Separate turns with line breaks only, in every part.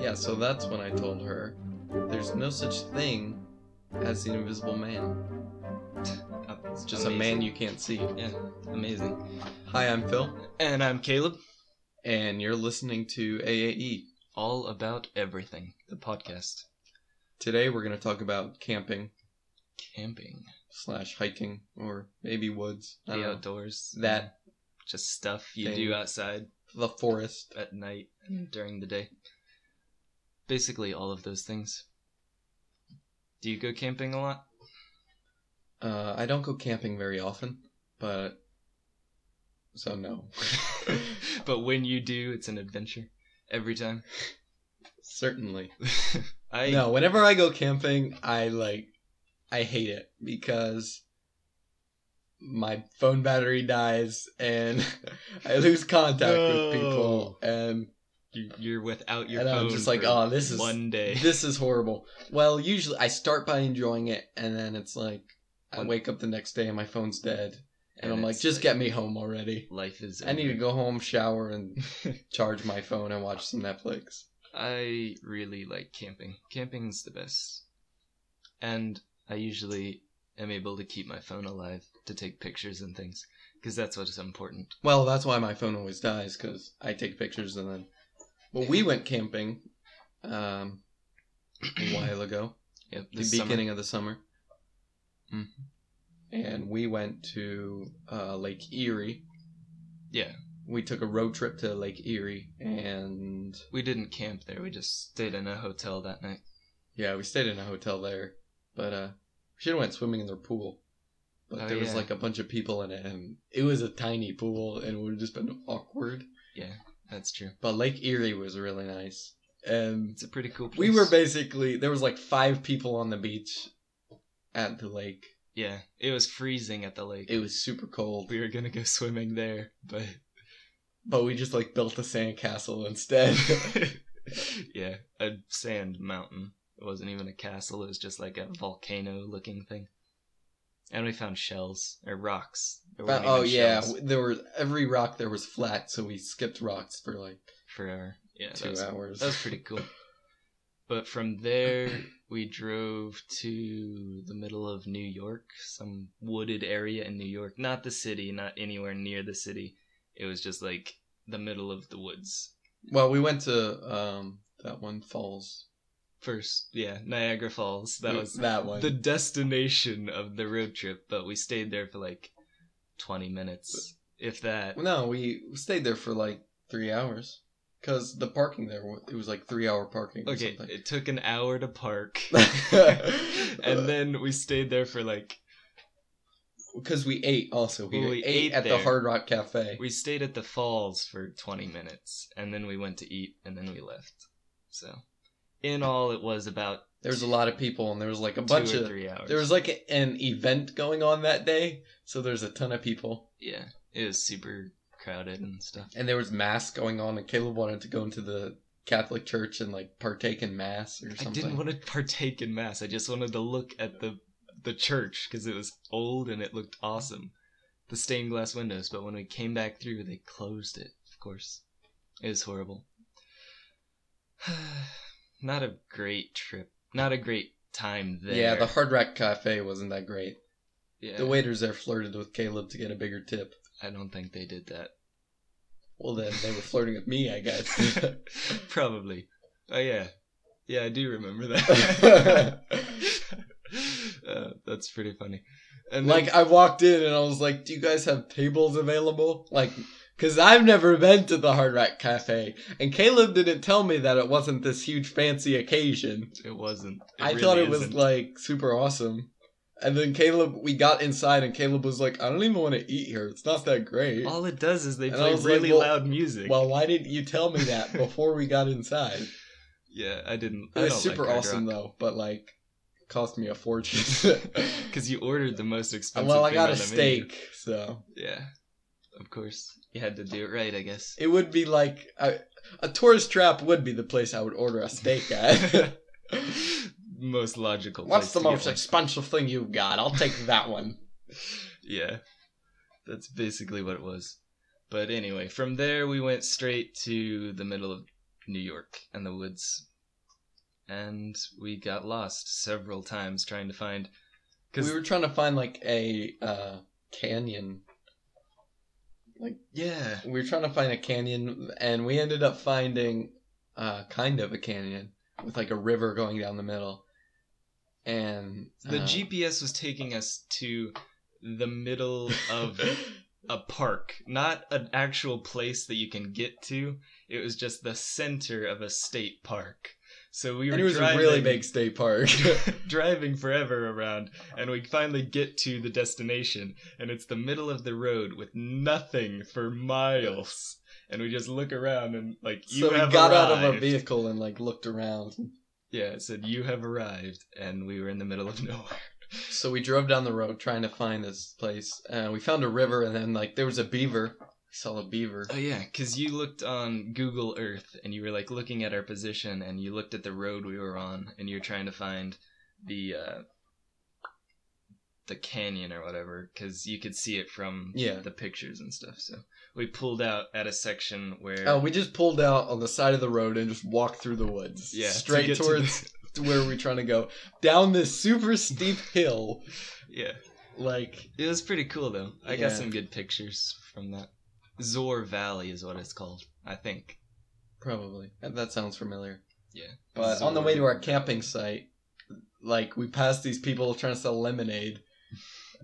Yeah, so that's when I told her there's no such thing as the invisible man. It's just a man you can't see.
Amazing.
Hi, I'm Phil,
And I'm Caleb.
and you're listening to E. AAE.
All about everything. The podcast.
Today we're going to talk about camping
Camping.
slash hiking or maybe woods. I
The
don't know.
outdoors.
Oh. That,
Just stuff you
thing.
do outside
the forest.
at night and during the day. Basically, all of those things. Do you go camping a lot?
Uh, I don't go camping very often, but. So, no.
but when you do, it's an adventure. Every time.
Certainly.
I
No, whenever I go camping, I like I hate it because my phone battery dies and I lose contact
No.
with people and
you- You're without your
And
phone.
I'm just like,
for
"Oh, this is-
one day.
this is horrible. Well, usually I start by enjoying it and then it's like I
One-
wake up the next day and my phone's dead and, I'm like
it's
just get me home already.
Life is.
I need to
over.
go home, shower and charge my phone and watch some Netflix.
I really like camping. Camping's the best. And I usually am able to keep my phone alive to take pictures and things because that's what is important.
Well, that's why my phone always dies because I take pictures and then. Well, we went camping um, a while ago,
Yep,
the
this summer. Mm-hmm.
beginning of the summer, and we went to uh, Lake Erie.
Yeah.
We took a road trip to Lake Erie, and
We didn't camp there. We just stayed in a hotel that night.
yeah, we stayed in a hotel there. But uh, we should have went swimming in their pool. But
Oh,
there was
yeah.
like a bunch of people in it, and it was a tiny pool, and it would have just been awkward.
That's true.
But Lake Erie was really nice. And
It's a pretty cool place.
we were basically there was like five people on the beach at the lake.
yeah, it was freezing at the lake.
It was super cold,
we were gonna go swimming there, but
but we just like built a sandcastle instead.
yeah, a sand mountain. It wasn't even a castle, it was just like a volcano looking thing. And we found shells or rocks. There
but,
weren't
oh
even
yeah,
shells
there were every rock there was flat, so we skipped rocks for like
forever. Yeah, that
two
was,
hours.
that was pretty cool. But from there, we drove to the middle of New York, some wooded area in New York. Not the city, not anywhere near the city. It was just like the middle of the woods.
well, we went to um that one falls.
First, yeah, Niagara Falls. That
We-
was
that one.
the destination of the road trip, but we stayed there for like 20 minutes, if that.
No, we stayed there for like three hours because the parking there wa- it was like three hour parking. Or
Okay,
something.
it took an hour to park. and
and
then we stayed there for like
because we ate also we,
Well, we
ate,
ate
at the
there.
Hard Rock Cafe.
we stayed at the falls for 20 minutes and then we went to eat and then we left. So, in all it was about
There was a lot of people and there was like a
2
bunch
or
of
3 hours.
there was like a- an event going on that day, so there's a ton of people
yeah, it was super crowded and stuff.
and there was mass going on and Caleb wanted to go into the Catholic church and like partake in mass or something.
I didn't want to partake in mass. I just wanted to look at the the church because it was old and it looked awesome. The stained glass windows, but when we came back through, they closed it. Of course, it was horrible. Not a great trip. Not a great time there.
Yeah, the Hard Rock Cafe wasn't that great.
yeah.
The waiters there flirted with Caleb to get a bigger tip.
I don't think they did that.
Well, then they were flirting with me, I guess.
Probably. Oh yeah, yeah, I do remember that. uh, that's pretty funny. And then-
like, I walked in and I was like, "Do you guys have tables available?" Like, because I've never been to the Hard Rock Cafe, and Caleb didn't tell me that it wasn't this huge fancy occasion.
It wasn't.
I thought
really
it was
isn't.
like super awesome. And then Caleb, we got inside, and Caleb was like, "I don't even want to eat here. It's not that great."
all it does is they
And I
play
was like,
really
well-
loud music.
Well, why didn't you tell me that before we got inside?
yeah, I didn't.
It
I
was super awesome though, but like, cost me a fortune.
because you ordered the most expensive.
well, I
thing
got
on
a
the
steak, so
Menu. Yeah, of course you had to do it right. I guess.
it would be like a, a tourist trap would be the place I would order a steak at.
most logical.
What's the
place to get
most
one.
expensive thing you've got? I'll take that one.
yeah, that's basically what it was. But anyway, from there we went straight to the middle of New York and the woods. and we got lost several times trying to find.
We
Because
were trying to find like a uh, canyon.
yeah,
We were trying to find a canyon, and we ended up finding uh, kind of a canyon with like a river going down the middle. And
the
uh,
GPS was taking us to the middle of a park, not an actual place that you can get to. It was just the center of a state park. So we were
And it was
driving,
a really big state park.
driving forever around, and we finally get to the destination, and it's the middle of the road with nothing for miles. And we just look around and like you
so we
have
got out of a
arrived."
vehicle and like looked around.
Yeah, it said you have arrived, and we were in the middle of nowhere.
So we drove down the road trying to find this place. Uh, we found a river, and then like there was a beaver. We saw a beaver.
Oh yeah, because you looked on Google Earth and you were like looking at our position and you looked at the road we were on and you're trying to find the uh, the canyon or whatever because you could see it from
Yeah.
the pictures and stuff. So we pulled out at a section where
Oh, we just pulled out on the side of the road and just walked through the woods.
yeah to
straight
get to
towards
the-
to where we're trying to go down this super steep hill.
yeah.
Like
It was pretty cool though. I
Yeah.
got some good pictures from that. Zor Valley is what it's called, I think.
probably that, that sounds familiar.
Yeah.
But on the way to our camping site, like we passed these people trying to sell lemonade.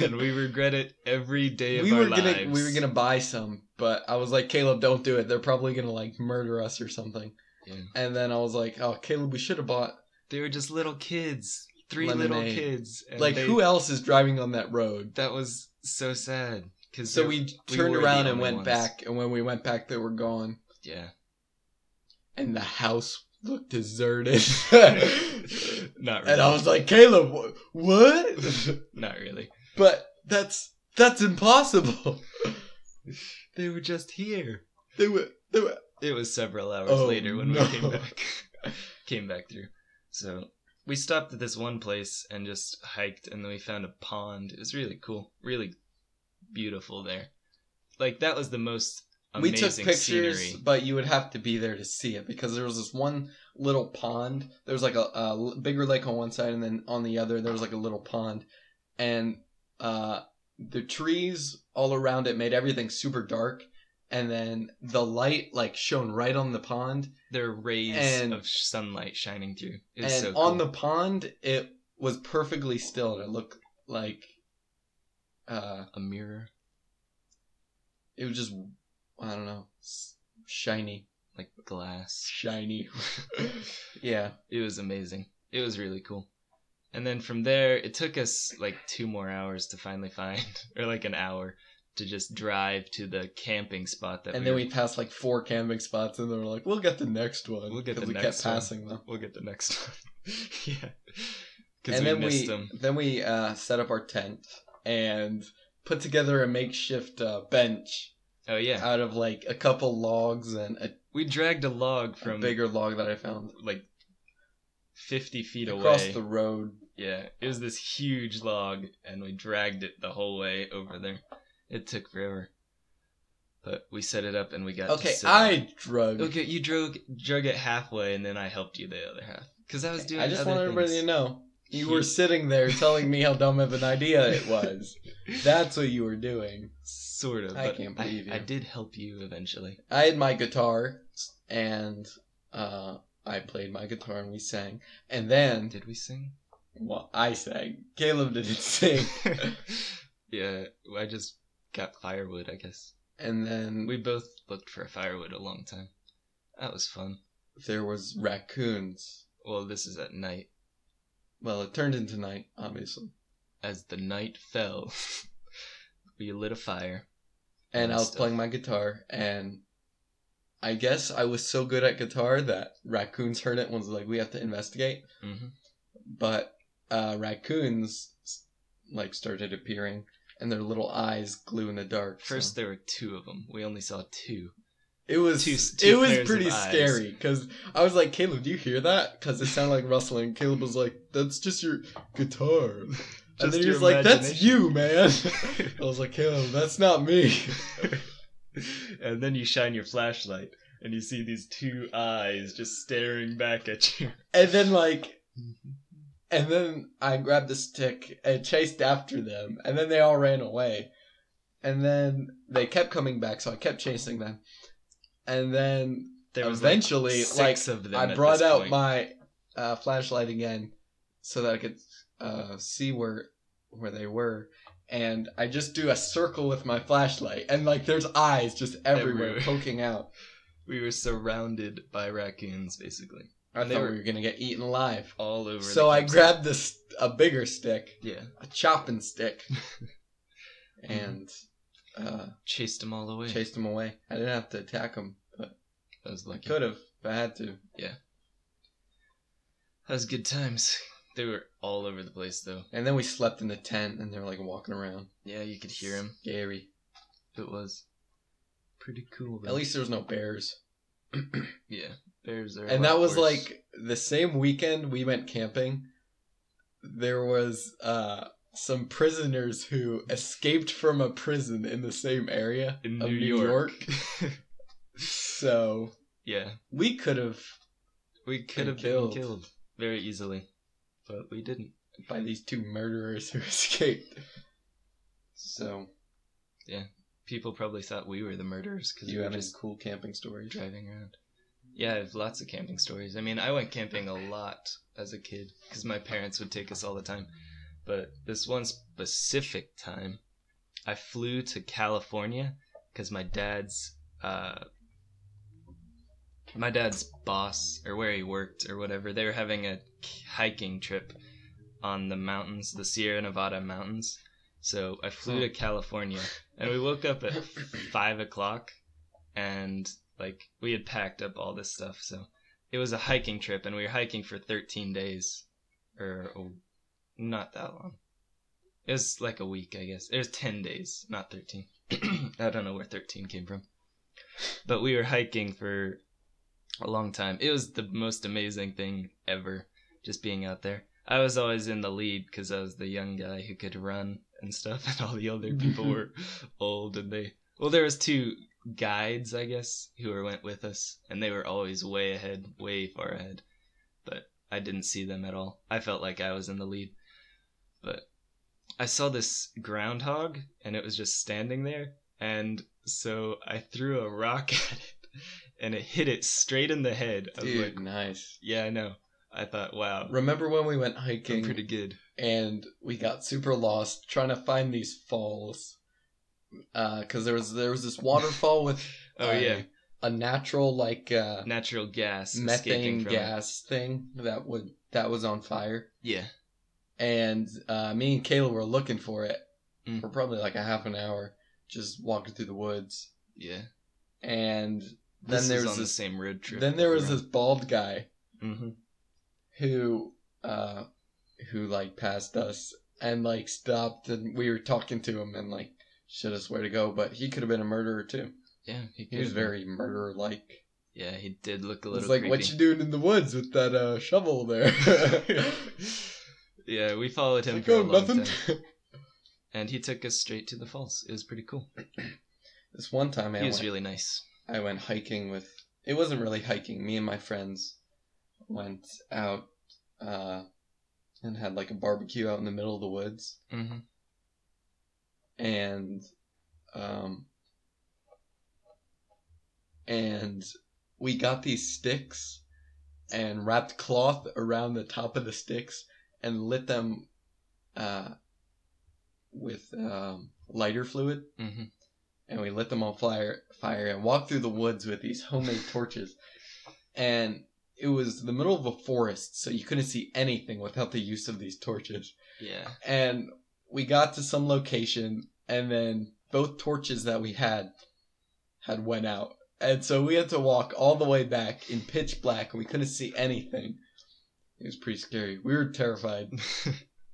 And we regret it every day of
we
our
were gonna
lives.
we were gonna buy some, but I was like, Caleb, don't do it. They're probably gonna like murder us or something.
Yeah.
And then I was like, oh, Caleb, we should have bought.
They were just little kids, three little
Lemonade.
kids. And
like,
they-
who e- else is driving on that road?
That was so sad. Cause
So
they-
we
we
turned
were the
around and
only
went
ones.
back, and when we went back, they were gone,
yeah.
and the house looked deserted. and
not really.
I was like, Caleb, wh- what?
not really.
but that's that's impossible.
They were just here.
They were they were
It was several hours
Oh,
later when
no.
we came back. came back through. So we stopped at this one place and just hiked, and then we found a pond. It was really cool, really beautiful there. Like that was the most
we
amazing
took pictures,
scenery.
but you would have to be there to see it because there was this one little pond. There was like a, a l- bigger lake on one side, and then on the other there was like a little pond, and uh, the trees all around it made everything super dark. And then the light like shone right on the pond,
There were rays
And-
of sh- sunlight shining through.
and
It was so
on
cool.
the pond it was perfectly still, and it looked like uh,
a mirror,
it was just I don't know, s- shiny,
like glass.
shiny. yeah,
It was amazing. It was really cool. And then from there, it took us like two more hours to finally find, or like an hour to just drive to the camping spot that.
and then
were-
we passed like four camping spots, and they were like, "We'll get the next one."
We'll get
'cause
the
we
next
kept
one.
passing them.
we'll get the next one. yeah,
And
because we
then
missed
we
them.
then we uh, set up our tent and put together a makeshift uh, bench
Oh yeah,
out of like a couple logs and a,
we dragged a log
a
from
bigger log that I found
like fifty feet
across
away.
the road.
Yeah, it was this huge log, and we dragged it the whole way over there. It took forever, but we set it up and we got. to
Okay,
sit on it.
I drug.
Okay, you drug drug it halfway, and then I helped you the other half because I was doing.
I just
other
want everybody
things.
to know you
You-
were sitting there telling me how dumb of an idea it was. That's what you were doing.
Sort of.
I
but
can't believe
I
you.
did help you eventually.
I had my guitar and uh, I played my guitar and we sang. And then,
Did we sing?
well, I sang. Caleb didn't sing.
yeah, I just got firewood. I guess
and then
we both looked for firewood a long time. That was fun.
there was raccoons.
Well, this is at night.
Well, it turned into night, obviously.
As the night fell, we lit a fire.
And I was
Stuff.
playing my guitar and I guess I was so good at guitar that raccoons heard it and was like, we have to investigate.
hmm
But uh, raccoons like started appearing and their little eyes glue in the dark. so-
First, there were two of them. We only saw two.
It was
Two- two
it was
pairs of
pretty
eyes.
scary because I was like, Caleb, do you hear that? Because it sounded like rustling. Caleb was like, that's just your guitar. and then he was like, that's you, man. I was like, Caleb, that's not me.
and then you shine your flashlight and you see these two eyes just staring back at you.
And then like
Mm-hmm.
and then I grabbed the stick and chased after them and then they all ran away. And then they kept coming back, so I kept chasing them. And then
There was
Eventually,
like, six of them.
I
at
brought
this
out
point.
my uh, flashlight again so that I could uh, see where where they were, and I just do a circle with my flashlight, and like there's eyes just everywhere
Everywhere.
poking out.
We were surrounded by raccoons, basically,
I
They
thought
were-
we were gonna get eaten alive,
all over.
so
the
I
campsite.
grabbed this a bigger stick,
Yeah,
a chopping stick, and
Mm-hmm.
uh,
chased them all away.
chased them away. I didn't have to attack them, but
That was
I
lucky.
could have if I had to.
That was good times. They were all over the place, though.
And then we slept in the tent, and they were like walking around.
Yeah, you could hear them.
Scary.
It was pretty cool.
At least there was no bears.
yeah, bears are. a
and
lot
that was
worse.
like the same weekend we went camping there was uh some prisoners who escaped from a prison in the same area
in
of
New,
New
York.
so
yeah,
we could have
we could
Been
have been
killed.
killed very easily, but we didn't.
by these two murderers who escaped so
People probably thought we were the murderers because
you
we were
have any
just
cool camping stories
driving around. Yeah, I have lots of camping stories. I mean, I went camping a lot as a kid because my parents would take us all the time. But this one specific time, I flew to California because my dad's uh, my dad's boss or where he worked or whatever they were having a hiking trip on the mountains, the Sierra Nevada mountains. So I flew to California and we woke up at five o'clock and like we had packed up all this stuff so it was a hiking trip and we were hiking for 13 days or oh, not that long it was like a week i guess it was 10 days not 13 i don't know where 13 came from but we were hiking for a long time it was the most amazing thing ever just being out there i was always in the lead because i was the young guy who could run and stuff and all the older people were old and they well there was two guides, I guess, who were went with us, and they were always way ahead, way far ahead. But I didn't see them at all. I felt like I was in the lead. But I saw this groundhog, and it was just standing there, and so I threw a rock at it, and it hit it straight in the head. I was
dude
like,
nice
yeah, I know. I thought, wow,
remember when we went
I'm
hiking
pretty good.
and we got super lost trying to find these falls because there was there was this waterfall with
Oh
a-
yeah,
um, a natural like uh,
natural gas, escaping
methane
from
gas thing that would that was on fire,
It. Yeah,
and uh, me and Kayla were looking for it
Mm.
for probably like a half an hour, just walking through the woods,
yeah.
and
This
then there
is
was
on the
this
same road trip.
then there was this bald guy
hmm
who uh, who like passed us and like stopped, and we were talking to him and like showed us where to go, but he could have been a murderer too.
Yeah, he,
He was
could've been.
very murderer like.
Yeah, he did look a little.
It's like
creepy.
what you doing in the woods with that uh, shovel there.
yeah, we followed him
Like,
for a
oh,
long
nothing.
time, and he took us straight to the falls. It was pretty cool.
This one time I
he was
went,
really nice.
I went hiking with. It wasn't really hiking. Me and my friends went out uh, and had like a barbecue out in the middle of the woods,
Mm-hmm.
and um, and we got these sticks and wrapped cloth around the top of the sticks and lit them uh, with um, lighter fluid.
Mm-hmm.
and we lit them on fire, fire and walked through the woods with these homemade torches. And it was the middle of a forest, so you couldn't see anything without the use of these torches.
Yeah,
And we got to some location, and then both torches that we had had went out. And so we had to walk all the way back in pitch black, and we couldn't see anything. It was pretty scary. We were terrified.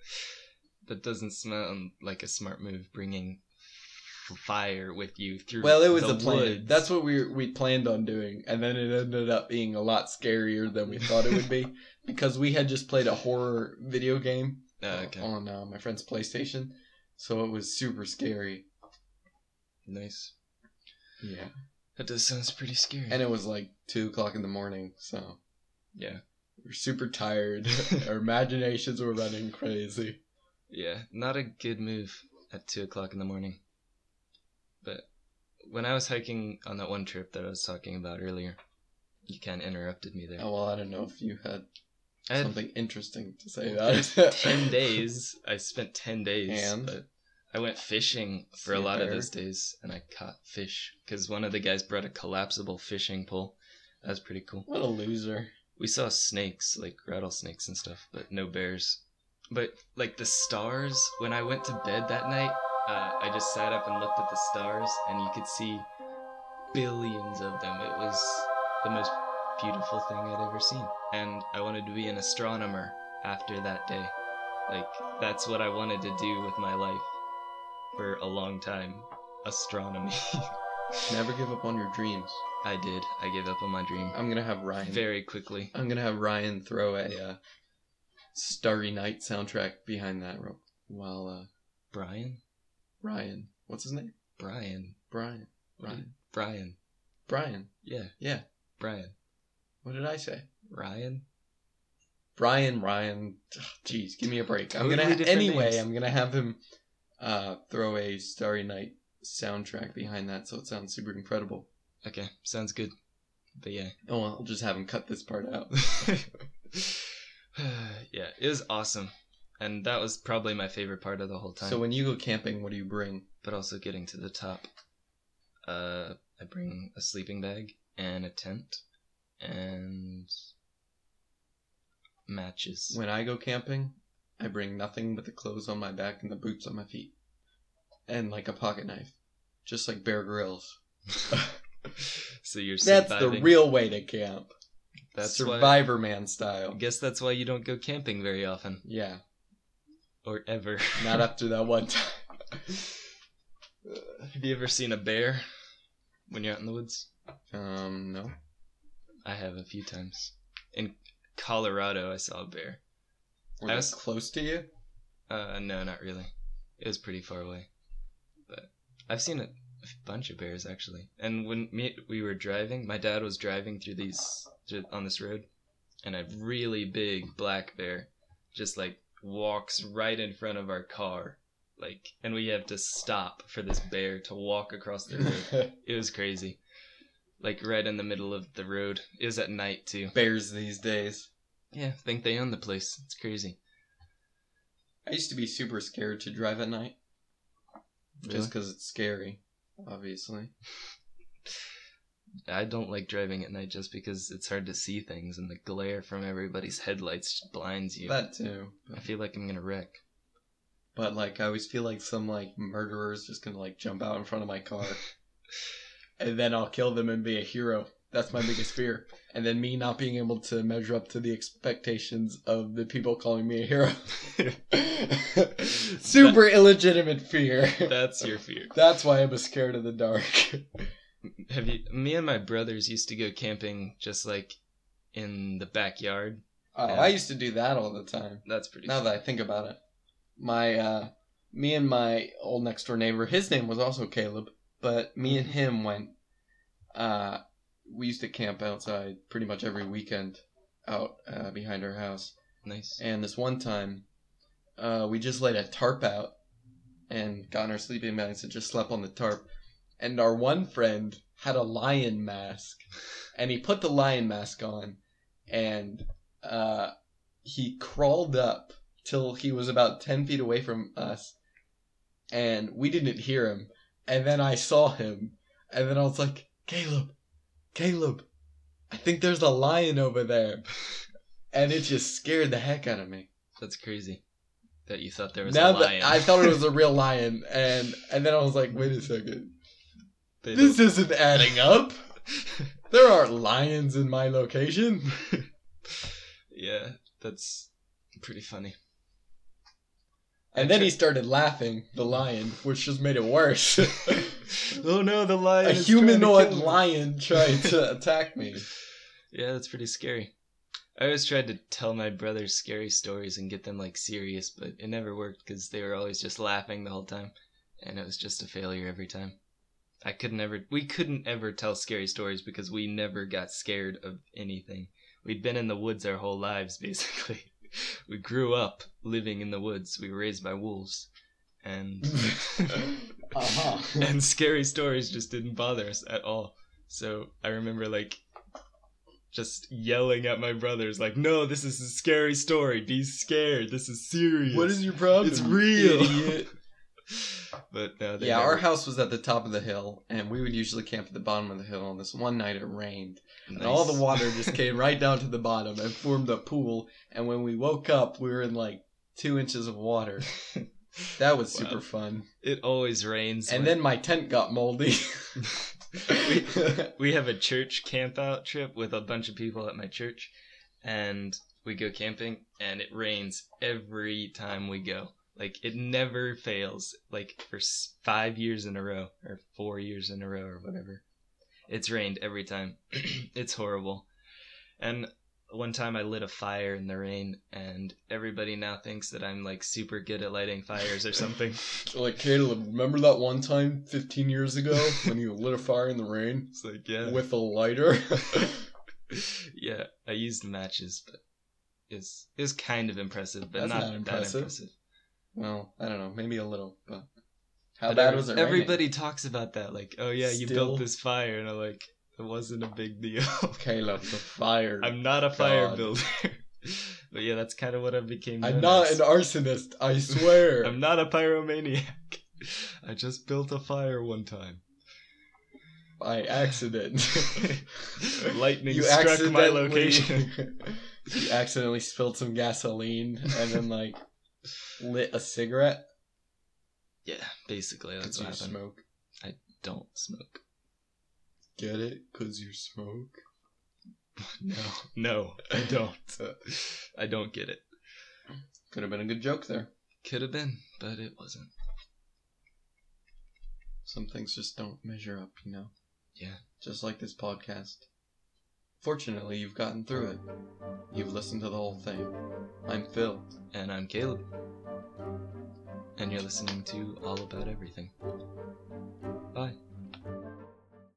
that doesn't sound like a smart move. Bringing f- fire with you through.
Well, it was
the
a plan.
woods.
That's what we we planned on doing, and then it ended up being a lot scarier than we thought it would be because we had just played a horror video game
Uh, okay.
on uh, my friend's PlayStation, so it was super scary.
Nice.
Yeah.
That does sounds pretty scary.
and it was like two o'clock in the morning, so
Mm-hmm. yeah,
we we're super tired. Our imaginations were running crazy.
yeah, not a good move at two o'clock in the morning. But when I was hiking on that one trip that I was talking about earlier, you kind of interrupted me there.
Oh, well, I don't know if you had
I had
something interesting to say
Well,
about
there's
it.
10 days. I spent 10 days.
And?
But I went fishing for a
See a
lot of
bear?
those days and I caught fish because one of the guys brought a collapsible fishing pole. That was pretty cool.
What a loser.
We saw snakes, like rattlesnakes and stuff, but no bears. But like the stars, when I went to bed that night, uh, I just sat up and looked at the stars and you could see billions of them. It was the most beautiful thing I'd ever seen. And I wanted to be an astronomer after that day. Like, that's what I wanted to do with my life for a long time astronomy.
Never give up on your dreams.
I did. I gave up on my dream
I'm gonna have Ryan.
very quickly.
I'm gonna have Ryan throw a uh, Starry Night soundtrack behind that rope. While uh,
Brian?
Ryan, what's his name?
Brian.
Brian.
Brian.
Ryan.
Brian.
Brian.
Yeah.
Yeah.
Brian.
What did I say?
Ryan.
Brian. Ryan. Ugh, Jeez, give me a break. I'm
Totally
gonna
different
anyway.
names.
I'm gonna have him uh, throw a Starry Night soundtrack behind that, so it sounds super incredible.
Okay, sounds good. But yeah.
Oh, well, I'll just have him cut this part out.
yeah, it was awesome. And that was probably my favorite part of the whole time.
So when you go camping, what do you bring?
but also getting to the top. Uh, I bring a sleeping bag and a tent and matches.
When I go camping, I bring nothing but the clothes on my back and the boots on my feet, and like a pocket knife, just like Bear Grylls.
so you're
That's
surviving.
the real way to camp.
That's why.
Survivor Man
I
style.
guess that's why you don't go camping very often
Yeah,
or ever.
not after that one time.
Have you ever seen a bear when you're out in the woods?
Um, no.
I have a few times. In Colorado, I saw a bear.
Were
I
they
was-
close to you?
Uh, no, not really. It was pretty far away. But I've seen a, a bunch of bears actually. And when me we were driving, my dad was driving through these through, on this road, and a really big black bear just like walks right in front of our car. Like, and we have to stop for this bear to walk across the road. It was crazy. Like right in the middle of the road. It was at night too.
Bears these days.
Yeah, I think they own the place. It's crazy.
I used to be super scared to drive at night, Just 'cause just because it's scary, obviously.
I don't like driving at night just because it's hard to see things and the glare from everybody's headlights just blinds you.
That too.
I feel like I'm gonna wreck.
But like, I always feel like some like murderer's just gonna like jump out in front of my car, and then I'll kill them and be a hero. That's my biggest fear. And then me not being able to measure up to the expectations of the people calling me a hero. Super illegitimate fear.
That's your fear.
That's why I'm scared of the dark.
Have you? Me and my brothers used to go camping just like in the backyard.
Oh,
Yeah.
I used to do that all the time.
That's pretty.
Now
fun.
that I think about it, my uh, me and my old next door neighbor, his name was also Caleb, but me and him went. Uh, we used to camp outside pretty much every weekend, out uh, behind our house.
nice.
And this one time, uh, we just laid a tarp out, and got in our sleeping bags and just slept on the tarp. And our one friend had a lion mask, and he put the lion mask on, and uh, he crawled up till he was about 10 feet away from us and we didn't hear him and then i saw him and then i was like caleb caleb i think there's a lion over there and it just scared the heck out of me
That's crazy. That you thought there was
now
a lion.
that i thought it was a real lion and and then i was like wait a second
They
this isn't adding up
don't-
there aren't lions in my location
yeah, that's pretty funny.
and then he started laughing the lion which just made it worse
oh no, the lion.
a
is trying to
humanoid
kill me.
lion tried to attack me.
Yeah, that's pretty scary. I always tried to tell my brothers scary stories and get them like serious, but it never worked because they were always just laughing the whole time, and it was just a failure every time. I could never we couldn't ever tell scary stories because we never got scared of anything. We'd been in the woods our whole lives basically. We grew up living in the woods. We were raised by wolves and
Uh-huh.
and scary stories just didn't bother us at all. So I remember like just yelling at my brothers like, "No, this is a scary story. Be scared. This is serious."
What is your problem?
It's real.
you idiot?
but no, they
yeah, our
never-
house was at the top of the hill, and we would usually camp at the bottom of the hill. And this one night it rained, and all
Nice.
the water just came right down to the bottom and formed a pool. And when we woke up, we were in like two inches of water. That was
Wow.
super fun.
It always rains.
And
when-
then my tent got moldy.
we, we have a church camp out trip with a bunch of people at my church and we go camping and it rains every time we go like it never fails like for s- five years in a row or four years in a row or whatever it's rained every time it's horrible and one time i lit a fire in the rain and everybody now thinks that i'm like super good at lighting fires or something
like Caleb, remember that one time 15 years ago when you lit a fire in the rain
it's like yeah
with a lighter?
yeah, I used matches, but it's it's kind of impressive, but
That's
not,
not impressive.
that impressive.
well, I don't know, maybe a little, but how
But
bad
every-
was it? raining?
Everybody talks about that, like, oh yeah, you
Still-
built this fire, and I'm like, it wasn't a big deal.
Caleb, the fire. I'm,
I'm not a fire
God.
builder, but yeah, that's kind of what I became. known
not
as.
an arsonist, I swear.
I'm not a pyromaniac. I just built a fire one time.
by accident.
Lightning struck my location.
you accidentally spilled some gasoline and then like lit a cigarette.
Yeah, basically that's
Cause
what
you
happened.
smoke.
Don't smoke.
Get it? Cause you smoke.
No, no, I don't. I don't get it.
Could have been a good joke there.
Could have been, but it wasn't.
Some things just don't measure up, you know.
Yeah.
Just like this podcast. Fortunately, you've gotten through it. You've listened to the whole thing. I'm Phil.
And I'm Caleb. And you're listening to All About Everything.